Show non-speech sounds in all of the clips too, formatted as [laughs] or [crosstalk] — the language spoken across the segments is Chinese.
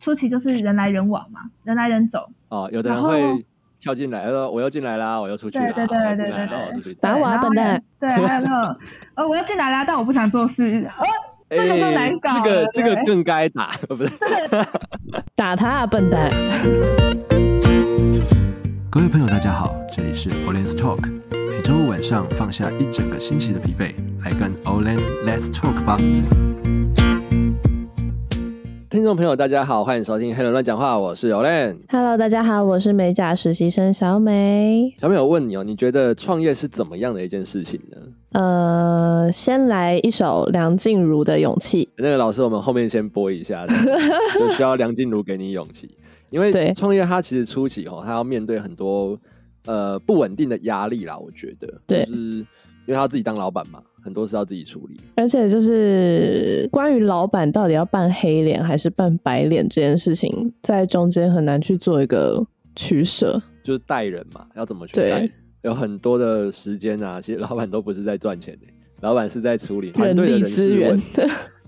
初期就是人来人往嘛，人来人走，哦，有的然人后会跳进来，说我又进来啦，我又出去对啦，对对我又进对对来啦对我又出对去啦然玩后完笨蛋还有对，还有那种，呃，我要进来啦，但我不想做事，呃，这个更难搞哎这个了这个对更该打， [laughs] 不是？打他啊，笨蛋！各位朋友，大家好，这里是 Olen's Talk，每周五晚上放下一整个星期的疲惫，来跟 Olen Let's Talk 吧。听众朋友，大家好，欢迎收听《黑人乱讲话》，我是 Olen。 Hello，大家好，我是美甲实习生小美。小美，我问你哦，你觉得创业是怎么样的一件事情呢？呃，先来一首梁静茹的《勇气那个老师，我们后面先播一下，这样就需要梁静茹给你勇气，因为对创业它其实初期哦，它要面对很多呃不稳定的压力啦，我觉得，对就是因为他要自己当老板嘛，很多事要自己处理，》，而且就是关于老板到底要扮黑脸还是扮白脸这件事情，在中间很难去做一个取舍。就是带人嘛，要怎么去对带，有很多的时间啊，其实老板都不是在赚钱的、老板是在处理团人队的力人资事源问题。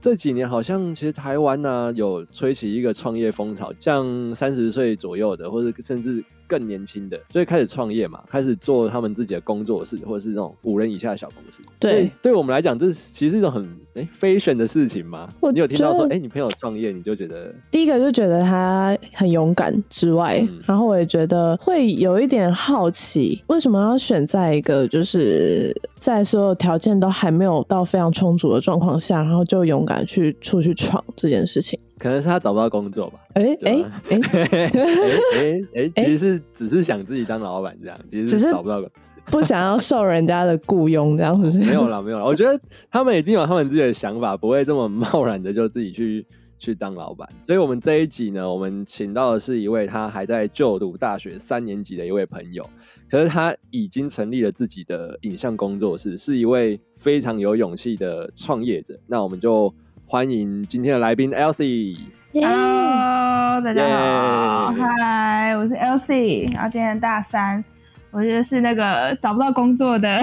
这几年好像其实台湾呢、有吹起一个创业风潮，像三十岁左右的，或者甚至更年轻的，就会开始创业嘛，开始做他们自己的工作室，或者是那种五人以下的小公司。 [laughs] 对所以对我们来讲，这是其实是一种很哎 fashion 的事情嘛。我你有听到说觉，得哎，你朋友创业，你就觉得第一个就觉得他很勇敢之外，嗯然后我也觉得会有一点好奇，为什么要选在一个就是在所有条件都还没有到非常充足的状况下，然后就勇敢去出去闯这件事情？可能是他找不到工作吧。 [laughs] 哎对哎啊哎，哎哎哎，哎其实是只是想自己当老板这样，其实只是是找不到个 [laughs] 不想要受人家的雇佣，这样子是没有啦，没有啦。我觉得他们一定有他们自己的想法，不会这么贸然的就自己去去当老板。所以，我们这一集呢，我们请到的是一位他还在就读大学三年级的一位朋友，可是他已经成立了自己的影像工作室，是一位非常有勇气的创业者。那我们就欢迎今天的来宾 Elsie。耶啊 Hello，大家好，耶嗨，我是 LC，然后今年大三，我就是那个找不到工作的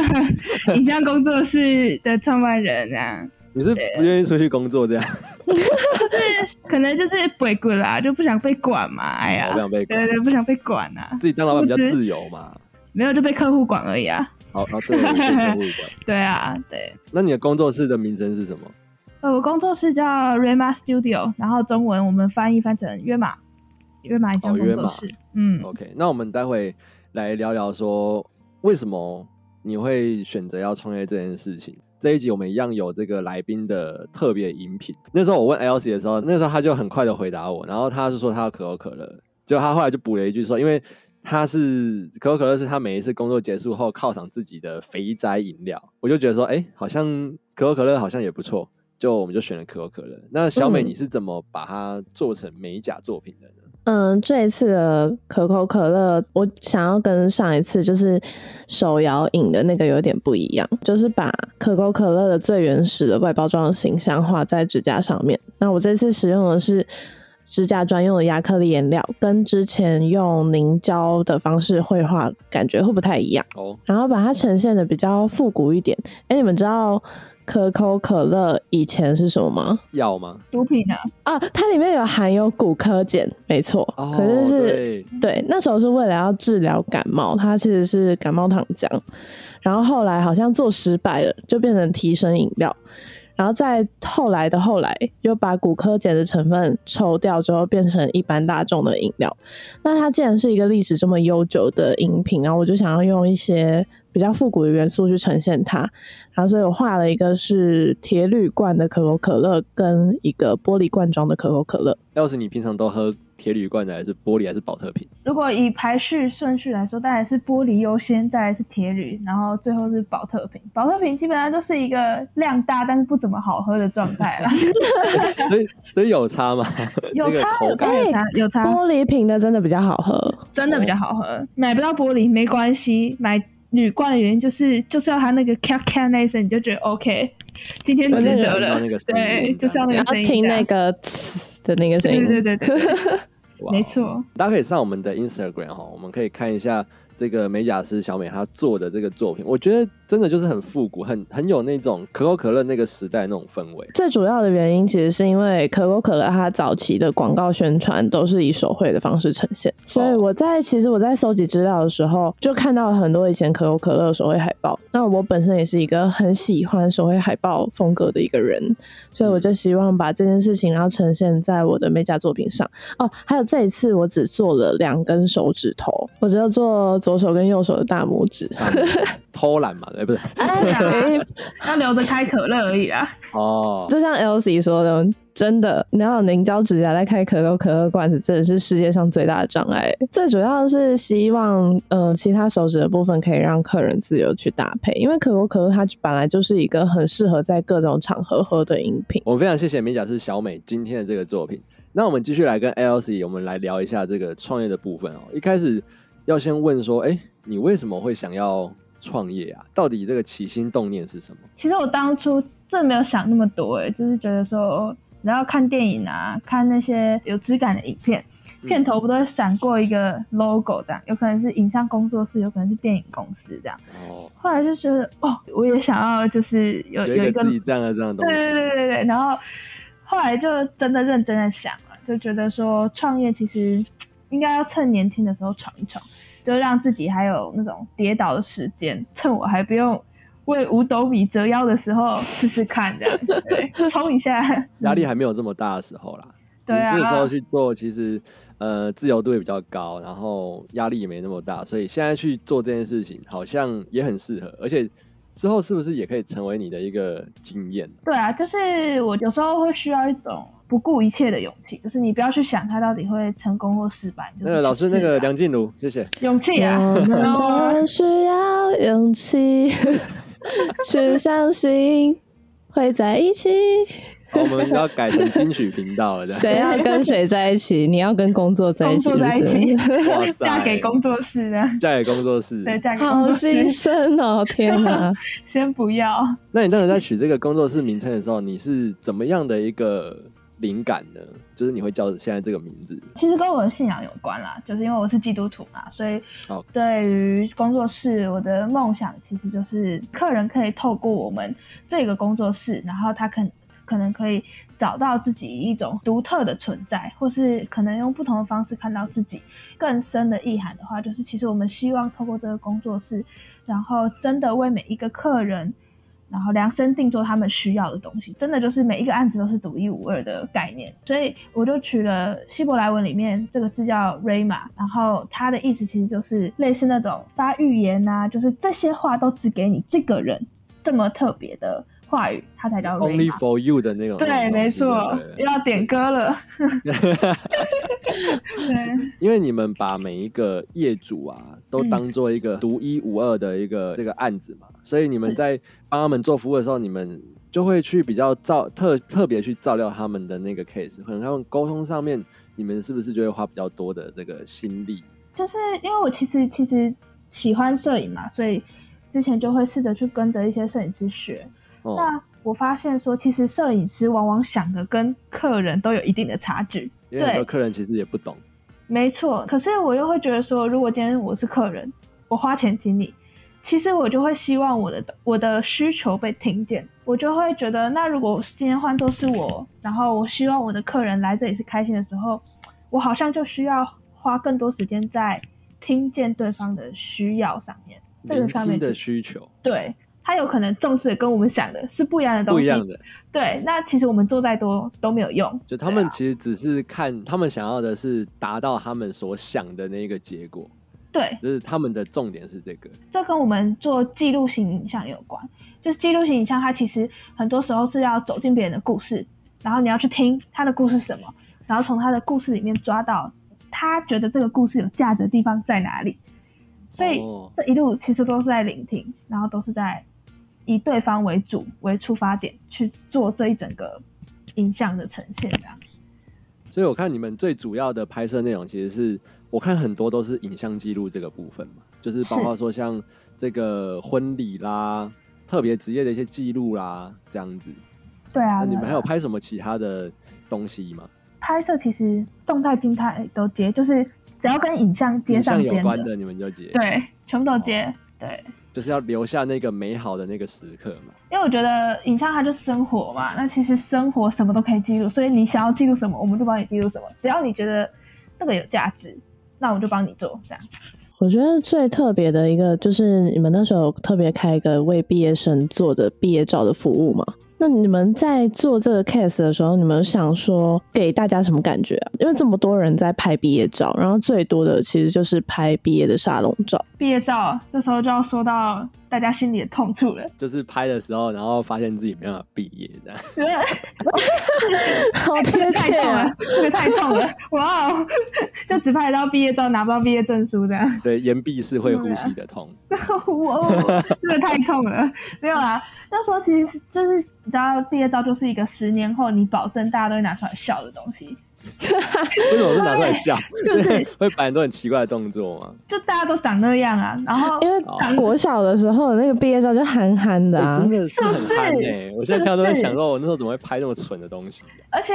影像工作室的创办人啊，你是不愿意出去工作这样？就是可能就是鬼鬼啦，就不想被管嘛，哎呀 [laughs] 我哦不，想被管对，对，不想被管啊，自己当老板比较我觉得自由嘛。没有就被客户管而已啊，好，哦，对，我被客户 [laughs] 管。对啊，对。那你的工作室的名称是什么？呃，我工作室叫 Rema Studio，然后中文我们翻译翻成约马，约马影像哦工约作马哦室。嗯， OK，那我们待会来聊聊说为什么你会选择要创业这件事情。这一集我们一样有这个来宾的特别饮品。那时候我问 Elsie 的时候，那时候他就很快的回答我，然后他是说他要可口可乐，就他后来就补了一句说，因为他是可口可乐是他每一次工作结束后犒赏自己的肥宅饮料，我就觉得说，哎、好像可口可乐好像也不错，就我们就选了可口可乐。那小美，嗯你是怎么把它做成美甲作品的呢？嗯，这一次的可口可乐，我想要跟上一次就是手摇饮的那个有点不一样，就是把可口可乐的最原始的外包装形象画在指甲上面。那我这次使用的是指甲专用的亚克力颜料，跟之前用凝胶的方式绘画感觉会不太一样，哦，然后把它呈现的比较复古一点。哎，你们知道可口可乐以前是什么吗？要吗？毒品呢、啊，它里面有含有骨科碱，没错，哦，可是是对对，那时候是为了要治疗感冒，它其实是感冒糖浆，然后后来好像做失败了，就变成提神饮料，然后再后来的后来又把骨科碱的成分抽掉之后，变成一般大众的饮料。那它既然是一个历史这么悠久的饮品，然后我就想要用一些比较复古的元素去呈现它，然后所以我画了一个是铁铝罐的可口可乐跟一个玻璃罐装的可口可乐。要是你平常都喝铁铝罐的，还是玻璃，还是保特瓶？如果以排序顺序来说，当然是玻璃优先，再来是铁铝，然后最后是保特瓶。保特瓶基本上就是一个量大但是不怎么好喝的状态 [laughs] 啦，所以所以有差 [laughs] 吗？有那个差口有感差有差有差，玻璃瓶的真的比较好喝，真哦的比较好喝。买不到玻璃没关系，买铝罐的原因就是就是要它那个咔咔那一声，你就觉得 OK，今天值得有了那个。声对，音就是要那然个后声音听这样那个呲的那个声音。对对对对对， [laughs] 哇哦没，错。大家可以上我们的 Instagram 哈，我们可以看一下这个美甲师小美她做的这个作品，我觉得真的就是很复古，很很有那种可口可乐那个时代那种氛 [laughs] 围。最主要的原因其实是因为可口可乐它早期的广告宣传都是以手绘的方式呈现，所哦以我在其实我在搜集资料的时候就看到了很多以前可口可乐的手绘海报。那我本身也是一个很喜欢手绘海报风格的一个人，所以我就希望把这件事情然后呈现在我的美甲作品上。哦，还有这一次我只做了两根手指头，我只有做左手跟右手的大拇指。啊偷懒嘛，对不对？哎呀 [laughs] 要留着开可乐而已啊。哦，就像 Elsie 说的，真的，你要有凝胶指甲在开可口可乐罐子，真的是世界上最大的障碍。最主要是希望，呃，其他手指的部分可以让客人自由去搭配，因为可口可乐它本来就是一个很适合在各种场合喝的饮品。我们非常谢谢美甲师小美今天的这个作品。那我们继续来跟 Elsie，我们来聊一下这个创业的部分哦。一开始要先问说，哎，你为什么会想要创业啊？到底这个起心动念是什么？其实我当初真的没有想那么多、欸，哎，就是觉得说，然后看电影啊，看那些有质感的影片，嗯片头不都会闪过一个 logo 这样，有可能是影像工作室，有可能是电影公司这样。哦，后来就觉得，哦，我也想要，就是有有一一个个自己这样的这样的东对对西，对对对，然后后来就真的认真的想了，就觉得说创业其实应该要趁年轻的时候闯一闯，就让自己还有那种跌倒的时间，趁我还不用为五斗米折腰的时候试试看，这样对，冲一下。压力还没有这么大的时候啦。对啊你这时候去做，其实呃自由度也比较高，然后压力也没那么大，所以现在去做这件事情好像也很适合，而且之后是不是也可以成为你的一个经验？对啊，就是我有时候会需要一种不顾一切的勇气，就是你不要去想它到底会成功或失败。就是那个老师，去那试个啊梁静茹，谢谢。勇气啊，我们然后都需要勇 [laughs] 气去相信会在一起。好，我们要改成金曲频道了，这 [laughs] 样。谁要跟谁在一起？你要跟工作在一工起，作在一起是 [laughs] 不是 [laughs] 哇，塞嫁给工作室啊。嫁给工作 [laughs] 室。对，嫁给工好作室心酸哦！天哪！先不要。那你当时在取这个工作室名称的时候，你是怎么样的一个灵感呢？就是你会叫现在这个名字？其实跟我的信仰有关啦，就是因为我是基督徒嘛，所以好对于工作室，我的梦想其实就是客人可以透过我们这个工作室，然后他肯可能可以找到自己一种独特的存在，或是可能用不同的方式看到自己更深的意涵的话，就是其实我们希望透过这个工作室，然后真的为每一个客人。然后量身定做他们需要的东西，真的就是每一个案子都是独一无二的概念，所以我就取了希伯来文里面这个字叫 rama，然后它的意思其实就是类似那种发预言啊，就是这些话都只给你这个人这么特别的话语，它才叫 Only rama。 for you 的那种。对，那种东没西错对不，对又要点歌了。对，因为你们把每一个业主啊，都嗯当做一个独一无二的一个这个案子嘛，所以你们是在帮他们做服务的时候，你们就会去比较照特特别去照料他们的那个 case，可能他们沟通上面，你们是不是就会花比较多的这个心力？就是因为我其实其实喜欢摄影嘛，所以之前就会试着去跟着一些摄影师学，哦，那我发现说，其实摄影师往往想的跟客人都有一定的差距。因为很多对客人其实也不懂。没错，可是我又会觉得说，如果今天我是客人，我花钱请你，其实我就会希望我的我的需求被听见，我就会觉得，那如果今天换作是我，然后我希望我的客人来这里是开心的时候，我好像就需要花更多时间在听见对方的需要上面，这聆个上面听是的需求对他有可能重视的跟我们想的是不一样的东西，不一样的，对，那其实我们做再多都没有用。就他对们啊其实只是看他们想要的是达到他们所想的那个结果，对，就是他们的重点是这个。这跟我们做记录型影像有关。就是记录型影像，它其实很多时候是要走进别人的故事，然后你要去听他的故事是什么，然后从他的故事里面抓到他觉得这个故事有价值的地方在哪里。所以哦这一路其实都是在聆听，然后都是在以对方为主为出发点去做这一整个影像的呈现，这样。所以我看你们最主要的拍摄内容，其实是我看很多都是影像记录这个部分嘛，就是包括说像这个婚礼啦、特别职业的一些记录啦这样子。对啊，那你们还有。有拍什么其他的东西吗？拍摄其实动态、静态都接，就是只要跟影像接影上像有边关的，你们就接，对，哦全部都接。对，就是要留下那个美好的那个时刻嘛。因为我觉得影像它就是生活嘛，那其实生活什么都可以记录，所以你想要记录什么，我们就帮你记录什么，只要你觉得那个有价值，那我们就帮你做这样。我觉得最特别的一个就是你们那时候有特别开一个为毕业生做的毕业照的服务嘛？那你们在做这个 case 的时候，你们有想说给大家什么感觉啊？因为这么多人在拍毕业照，然后最多的其实就是拍毕业的沙龙照。毕业照这时候就要说到大家心里的痛处 [laughs] 了，就是拍的时候，然后发现自己没办法毕业，[laughs] 这样 [laughs] 好这贴个太切痛啊了！， [laughs] 这个太痛了，哇 [laughs] 哦，就只拍得到毕业照，拿不到毕业证书这 [laughs] 样。对，岩壁是会啊呼吸的痛，哇哦，这个太痛了。没有啦，那时候其实是就是你知道，毕业照就是一个十年后你保证大家都会拿出来笑的东西，为什么是拿出来笑？ [laughs] 就是 [laughs] 会摆很多很奇怪的动作吗？就大家都长那样啊。然后 [laughs] 因为哦国小的时候那个毕业照就憨憨的哎啊真，的是很憨是哎、我现在看到都在是想说，我那时候怎么会拍那么蠢的东西、而且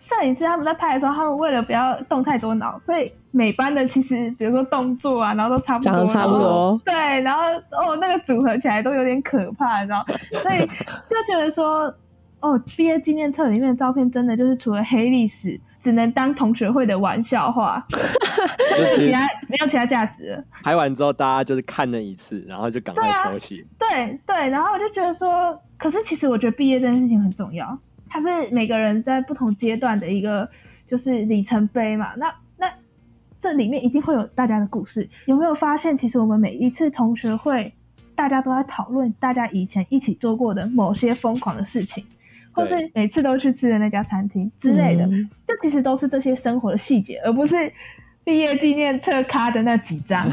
摄影师他们在拍的时候，他们为了不要动太多脑，所以每班的其实比如说动作啊，然后都差不多，长得差不然后多。对，然后哦，那个组合起来都有点可怕，你知 [laughs] 道，所以就觉得说，哦，毕业纪念册里面的照片真的就是除了黑历史，只能当同学会的玩笑话，就 [laughs] 其其实他没有其他价值了。拍完之后，大家就是看了一次，然后就赶快啊收起。对对，然后我就觉得说，可是其实我觉得毕业这件事情很重要，它是每个人在不同阶段的一个就是里程碑嘛。那那这里面一定会有大家的故事。有没有发现，其实我们每一次同学会，大家都在讨论大家以前一起做过的某些疯狂的事情，或对是每次都去吃的那家餐厅之类的，嗯这其实都是这些生活的细节，而不是毕业纪念册卡的那几张。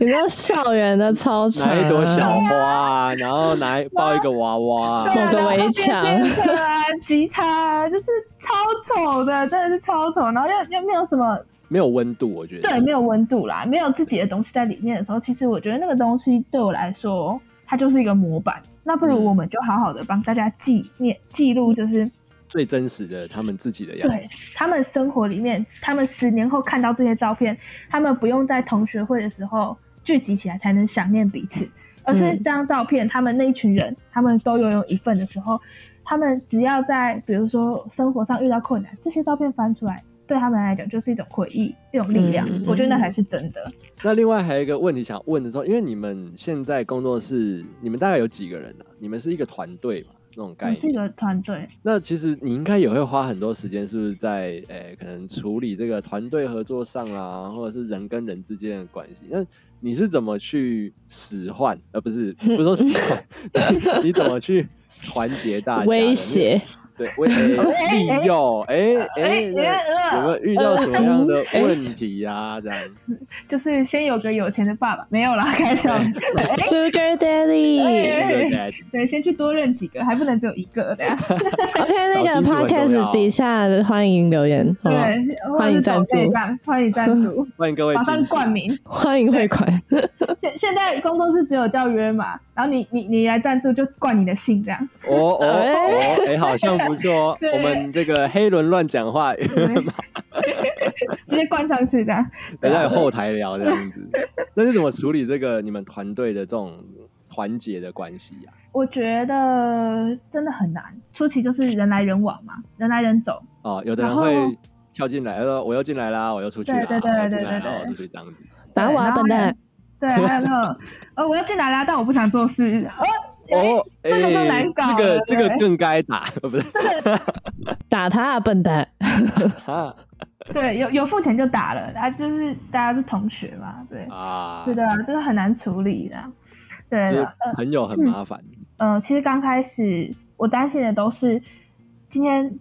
你知道校园的操场、啊，拿一朵小花啊，然后拿一抱一个娃娃对啊，啊某个然后围变墙变色 [laughs] 啊，吉他啊，就是超丑的，真的是超丑。然后又又没有什么，没有温度，我觉得。对，没有温度啦，没有自己的东西在里面的时候，其实我觉得那个东西对我来说，它就是一个模板。那不如我们就好好的帮大家纪念、记录，就是最真实的他们自己的样对子。他们生活里面，他们十年后看到这些照片，他们不用在同学会的时候聚集起来才能想念彼此，而是嗯这张照片，他们那一群人，他们都拥有一份的时候，他们只要在比如说生活上遇到困难，这些照片翻出来，对他们来讲就是一种回忆，一种力量。嗯嗯嗯我觉得那才是真的。那另外还有一个问题想问的时候，因为你们现在工作室，你们大概有几个人啊？你们是一个团队嘛？那种我概们是一念。个团队，那其实你应该也会花很多时间，是不是在诶、可能处理这个团队合作上啦，或者是人跟人之间的关系？那你是怎么去使唤，而、不是不是说使唤，对你怎么去团结大家的？[laughs] 威胁，对， [laughs] 威胁、哎利诱，哎哎，呃那有没有遇到什么样的嗯问题呀、这哎样就是先有个有钱的爸爸，没有啦，开玩笑。 Sugar [laughs] Daddy。哎对对 [laughs] 对，先去多认几个，还不能只有一个啊 [laughs] 的呀。 OK，[laughs] 找那金个主很重要 Podcast 底下欢迎留言，好吗？对，或者欢迎是赞助抖内赞欢迎赞助，欢迎各位马上金主，冠名。欢迎汇款。现现在工作室只有叫约嘛，然后你你你来赞助就冠你的姓这样，哦哦哦，哎，好像不错哦。 [laughs] 对我们这个黑轮乱讲话，直接冠上去这样。等一下有后台聊这样子。那是怎么处理这个你们团队的这种团结的关系呀、我觉得真的很难，初期就是人来人往嘛，人来人走。哦，有的人然后会跳进来说我又进来啦，我又出去啦，对对对我又对进对来啦，对我又出去这样子。打我啊，然后笨蛋！对，还有那种，呃，我要进来啦，但我不想做事。哦，哦，哎，这个就难搞这个了这个对更该打，不是？打他啊，笨蛋！ [laughs] 啊对，有有付钱就打了，啊，就是大家是同学嘛，对，啊，是的，这个很难处理的。对，就是呃，朋友很麻烦。呃，其实刚开始我担心的都是今天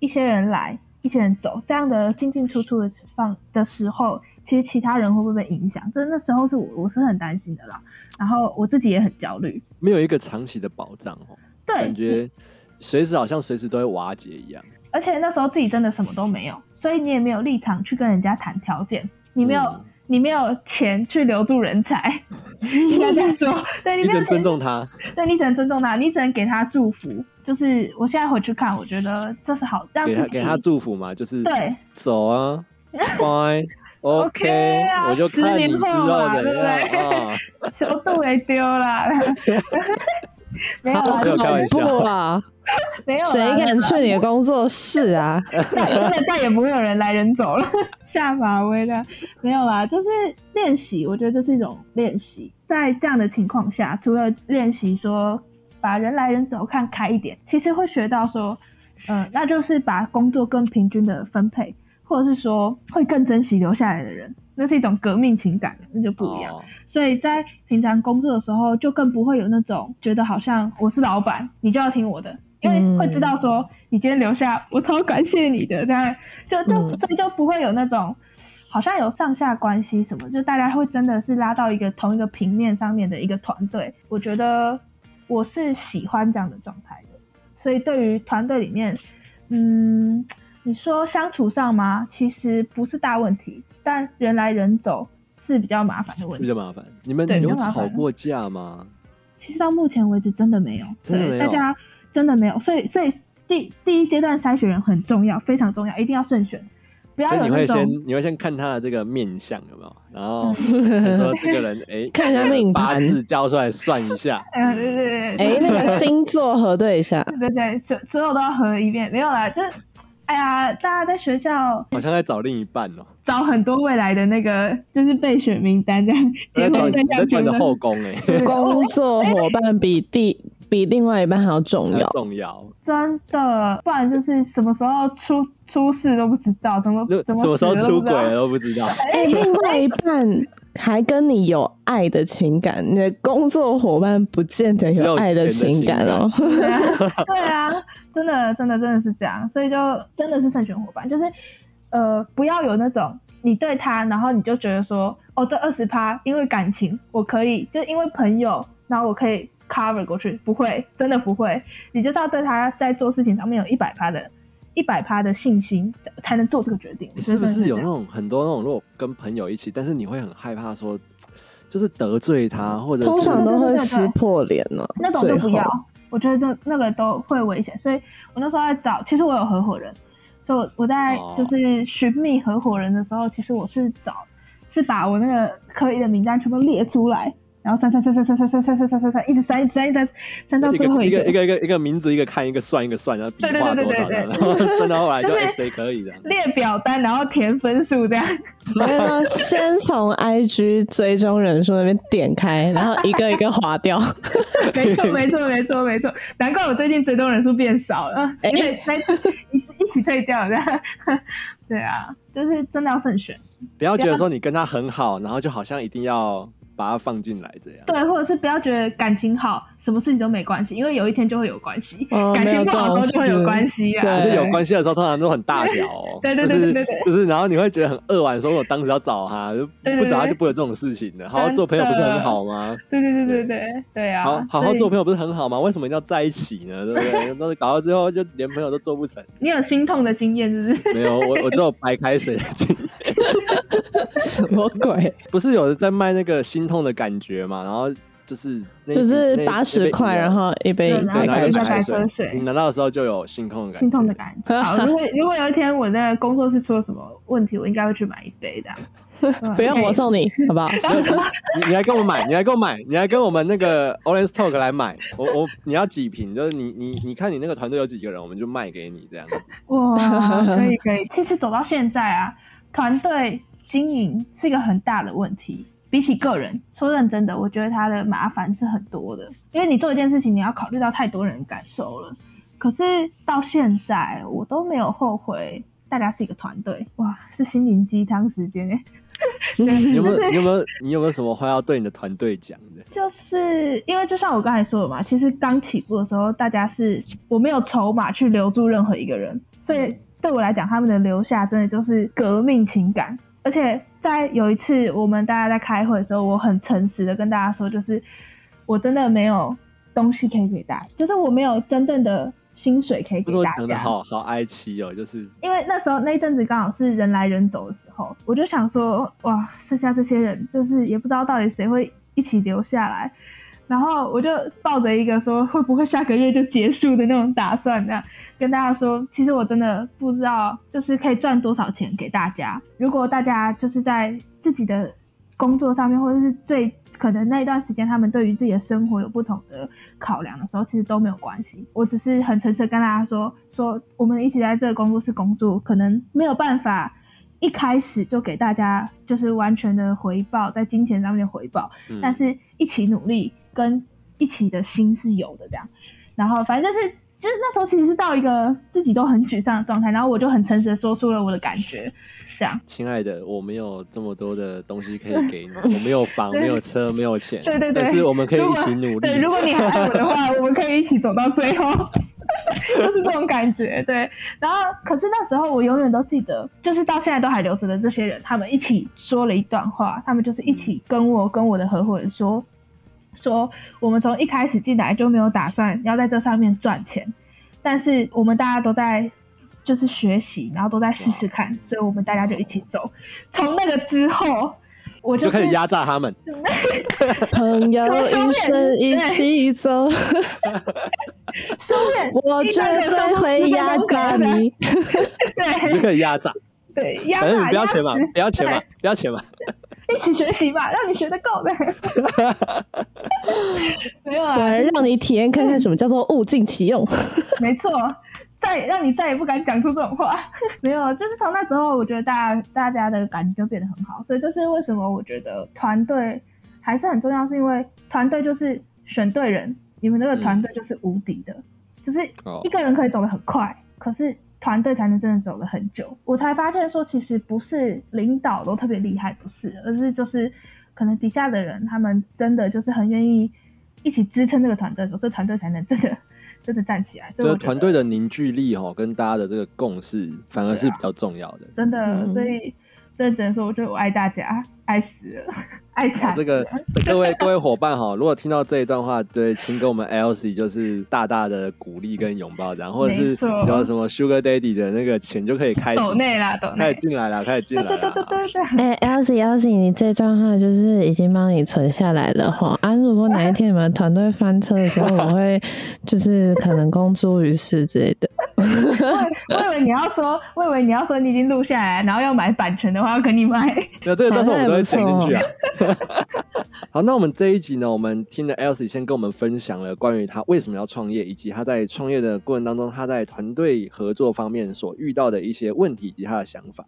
一些人来，一些人走，这样的进进出出的放的时候，其实其他人会不会被影响？这那时候是我我是很担心的啦，然后我自己也很焦虑。没有一个长期的保障哦，感对，觉随时好像随时都会瓦解一样。而且那时候自己真的什么都没有，所以你也没有立场去跟人家谈条件，你没有、嗯你没有钱去留住人 [laughs] 才，应该这样说。对，你没你有只能钱尊重他，对你只能尊重他，你只能给他祝福。就是我现在回去看，我觉得这是好，让给自他己 [laughs] 给他祝福嘛，就是对走啊，拜 OK 啊我就看你知道怎十样年后嘛啊。球肚也丢 [laughs] 啦， [laughs] 没有好啦，没有开玩恐笑怖啊！没有啦，谁敢去你的工作室啊？ [laughs] 再再再也不会有人来人走了， [laughs] 下马威的没有啦，就是练习，我觉得这是一种练习。在这样的情况下，除了练习说把人来人走看开一点，其实会学到说，呃，那就是把工作更平均的分配，或者是说会更珍惜留下来的人，那是一种革命情感，那 [laughs] 就不一样。哦所以在平常工作的时候，就更不会有那种觉得好像我是老板，你就要听我的，因为会知道说你今天留下，我超感谢你的，这样就就嗯所以就不会有那种好像有上下关系什么，就大家会真的是拉到一个同一个平面上面的一个团队。我觉得我是喜欢这样的状态的，所以对于团队里面，嗯，你说相处上吗？其实不是大问题，但人来人走是比较麻烦的问比题较。麻烦。你们对比有较麻吵烦过架吗？其实到目前为止真的没有，真的没对有大家真的没有，所以所以第第一阶段筛选人很重要，非常重要，一定要慎选，不要所以有你那会先种，你会先看他的这个面相有没有，然后看说这个人哎，看一下命八盘字交出来算一下嗯对对对哎、那个星座核对一下，对对对，所所有都要合一遍，没有啦，就是哎呀，大家在学校 [laughs] 好像在找另一半 [laughs] 哦，找很多未来的那个就是备选名单这样，结在找婚你对在象找评你的论后宫哎， [laughs] 对工作伙伴比第比另外一半还要 [laughs] 重很要。重要。真的，不然就是什么时候出出事都不知道，怎么那怎么什么时候死出都不轨知道了都不 [laughs] 知道，哎、另外一半还跟你有爱的情感，你的工作伙伴不见得有爱的情感哦。对啊，对啊，真的，真的，真的是这样，所以就真的是慎选伙伴，就是呃，不要有那种你对他，然后你就觉得说，哦，这二十趴因为感情我可以，就因为朋友，然后我可以 cover 过去，不会，真的不会，你就是要对他在做事情上面有一百趴的。一百趴的信心才能做这个决定，我觉是得不真的是这有那样种很多那种，如果跟朋友一起，但是你会很害怕说，就是得罪他，或者是通常都会撕破脸哦呢、那种最就后不要，我觉得这那个都会危险，所以我那时候在找，其实我有合伙人，所以我我在哦就是寻觅合伙人的时候，其实我是找是把我那个可以的名单全部列出来，然后删删删删删删删删删删删删，一直删一直删一直删，删到一最后个一个个一个一个一个名字一个看一个算一个算，然后笔对对画对多对少这对样，然后 [laughs] 算到后来就就是哎谁可以这样。列表单，然后填分数 [laughs] 这样，所以呢，先从 IG 追踪人数那边点开，然后一个一个划掉。 [laughs] 没错没错没错没错，难怪我最近追踪人数变少了，哎因为在一起一起退掉这样， [laughs] 对啊，就是真的要慎选。不要觉得说你跟他很好，然后就好像一定要把他放进来这样。对，或者是不要觉得感情好，什么事情都没关系，因为有一天就会有关系，哦感没有情不好的时候这就会种事有关系啊。而对且有关系的时候，通常都很大条哦。对对对对对对就是就是，然后你会觉得很扼腕，说我当时要找他，就对对不找他对就不会有这种事情的。好好做朋友不是很好吗？对对对对对对啊！好好好做朋友，友不是很好吗？为什么一定要在一起呢？对不对？ [laughs] 都是搞到最后就连朋友都做不成。你有心痛的经验是不是？没有，我我只有白开水的经验。什么鬼？不是有人在卖那个心痛的感觉嘛？然后就是那就是那八十块，然后一杯对一然后杯拿对，拿一开个水白。开水，水你拿到的时候就有心痛的感觉。心痛的感觉。好，如果如果有一天我的工作室出了什么问题，我应该会去买一杯的。不用，我送 [laughs] 你，好不好？你你来跟我买，你来跟我买，你来跟我们那个 Orange Talk 来买。我我你要几瓶？就是你你你看你那个团队有几个人，我们就卖给你这样子。哇，可以可以。其实走到现在啊，团队经营是一个很大的问题。比起个人，说认真的，我觉得它的麻烦是很多的，因为你做一件事情，你要考虑到太多人的感受了。可是到现在，我都没有后悔，大家是一个团队，哇，是心灵鸡汤时间哎、嗯 [laughs] 你有没有你有没有你有没有什么话要对你的团队讲的？就是因为就像我刚才说的嘛，其实刚起步的时候，大家是我没有筹码去留住任何一个人，所以对我来讲，他们的留下真的就是革命情感。而且在有一次我们大家在开会的时候，我很诚实的跟大家说，就是我真的没有东西可以给大家，就是我没有真正的薪水可以这给都大讲的家。好好哀戚哦，就是因为那时候那一阵子刚好是人来人走的时候，我就想说，哇，剩下这些人，就是也不知道到底谁会一起留下来。然后我就抱着一个说会不会下个月就结束的那种打算，那样跟大家说，其实我真的不知道，就是可以赚多少钱给大家。如果大家就是在自己的工作上面，或者是最可能那一段时间，他们对于自己的生活有不同的考量的时候，其实都没有关系。我只是很诚实地跟大家说，说我们一起在这个工作室工作，可能没有办法一开始就给大家就是完全的回报，在金钱上面的回报，嗯但是一起努力跟一起的心是有的这样。然后反正就是就是那时候其实是到一个自己都很沮丧的状态，然后我就很诚实的说出了我的感觉，这样。亲爱的，我没有这么多的东西可以给你，我没有 [laughs] 房，没有车，没有钱，对对对，但是我们可以如一果起努力。对，如果你还爱我的话， [laughs] 我们可以一起走到最后，就是这种感觉。对，然后可是那时候我永远都记得，就是到现在都还留着的这些人，他们一起说了一段话，他们就是一起跟我跟我的合伙人说，说我们从一开始进来就没有打算要在这上面赚钱，但是我们大家都在。就是学习，然后都在试试看，所以我们大家就一起走。从那个之后，我就开是始压榨他们，朋友从上面一生一起走，书面，我绝对会压 [laughs] 榨你。你就对可以压榨，对，压 [laughs] 反正你榨，不要压钱嘛制，不要钱嘛，不要钱嘛。对一起学习吧，让你学得够 [laughs] 的。没有我啊，来让你体验看看什么叫做物尽其用。没错，再让你再也不敢讲出这种话。 [laughs] 没有，就是从那之后，我觉得大家大家的感情就变得很好，所以这是为什么我觉得团队还是很重要，是因为团队就是选对人，你们这个团队就是无敌的，就是哦一个人可以走得很快，可是团队才能真的走得很久。我才发现说，其实不是领导都特别厉害，不是，而是就是可能底下的人他们真的就是很愿意一起支撑这个团队的时候，这团队才能真的真的站起来。所以我就觉得是团队的凝聚力哈、跟大家的这个共识，反而是比较重要的。真的，嗯所以这只能说，我觉得我爱大家， [laughs] 爱死了，爱惨好了。哦这个各位 [laughs] 各位伙伴哈、如果听到这一段话，对，请给我们 Elsie 就是大大的鼓励跟拥抱，然后或者是没错有什么 Sugar Daddy 的那个钱就可以开始抖内啦，抖开内始。进来了，开始进对来对对对了。对对，哎、e l s i e e l s i e 你这段话就是已经帮你存下来了哈。啊，如果哪一天你们团队翻车的时候，我会就是可能公诸于世之类的。我我以为你 [laughs] 要说，我以为你要说你已经录下来，然后要买版权的话要跟你买。那这个到时候我们都会剪进好像去也啊。哦 [laughs] 好，那我们这一集呢，我们听了 Elsie 先跟我们分享了关于她为什么要创业，以及她在创业的过程当中，她在团队合作方面所遇到的一些问题以及她的想法。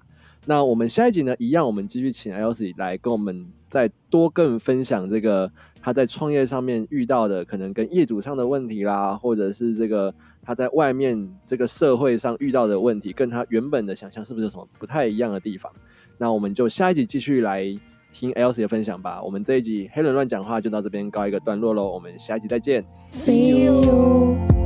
那我们下一集呢，一样我们继续请 Elsie 来跟我们再多更分享这个她在创业上面遇到的可能跟业主上的问题啦，或者是这个她在外面这个社会上遇到的问题，跟她原本的想象是不是有什么不太一样的地方？那我们就下一集继续来听 Elsie 的分享吧。我们这一集黑人乱讲话就到这边告一个段落喽，我们下一集再见。 See you。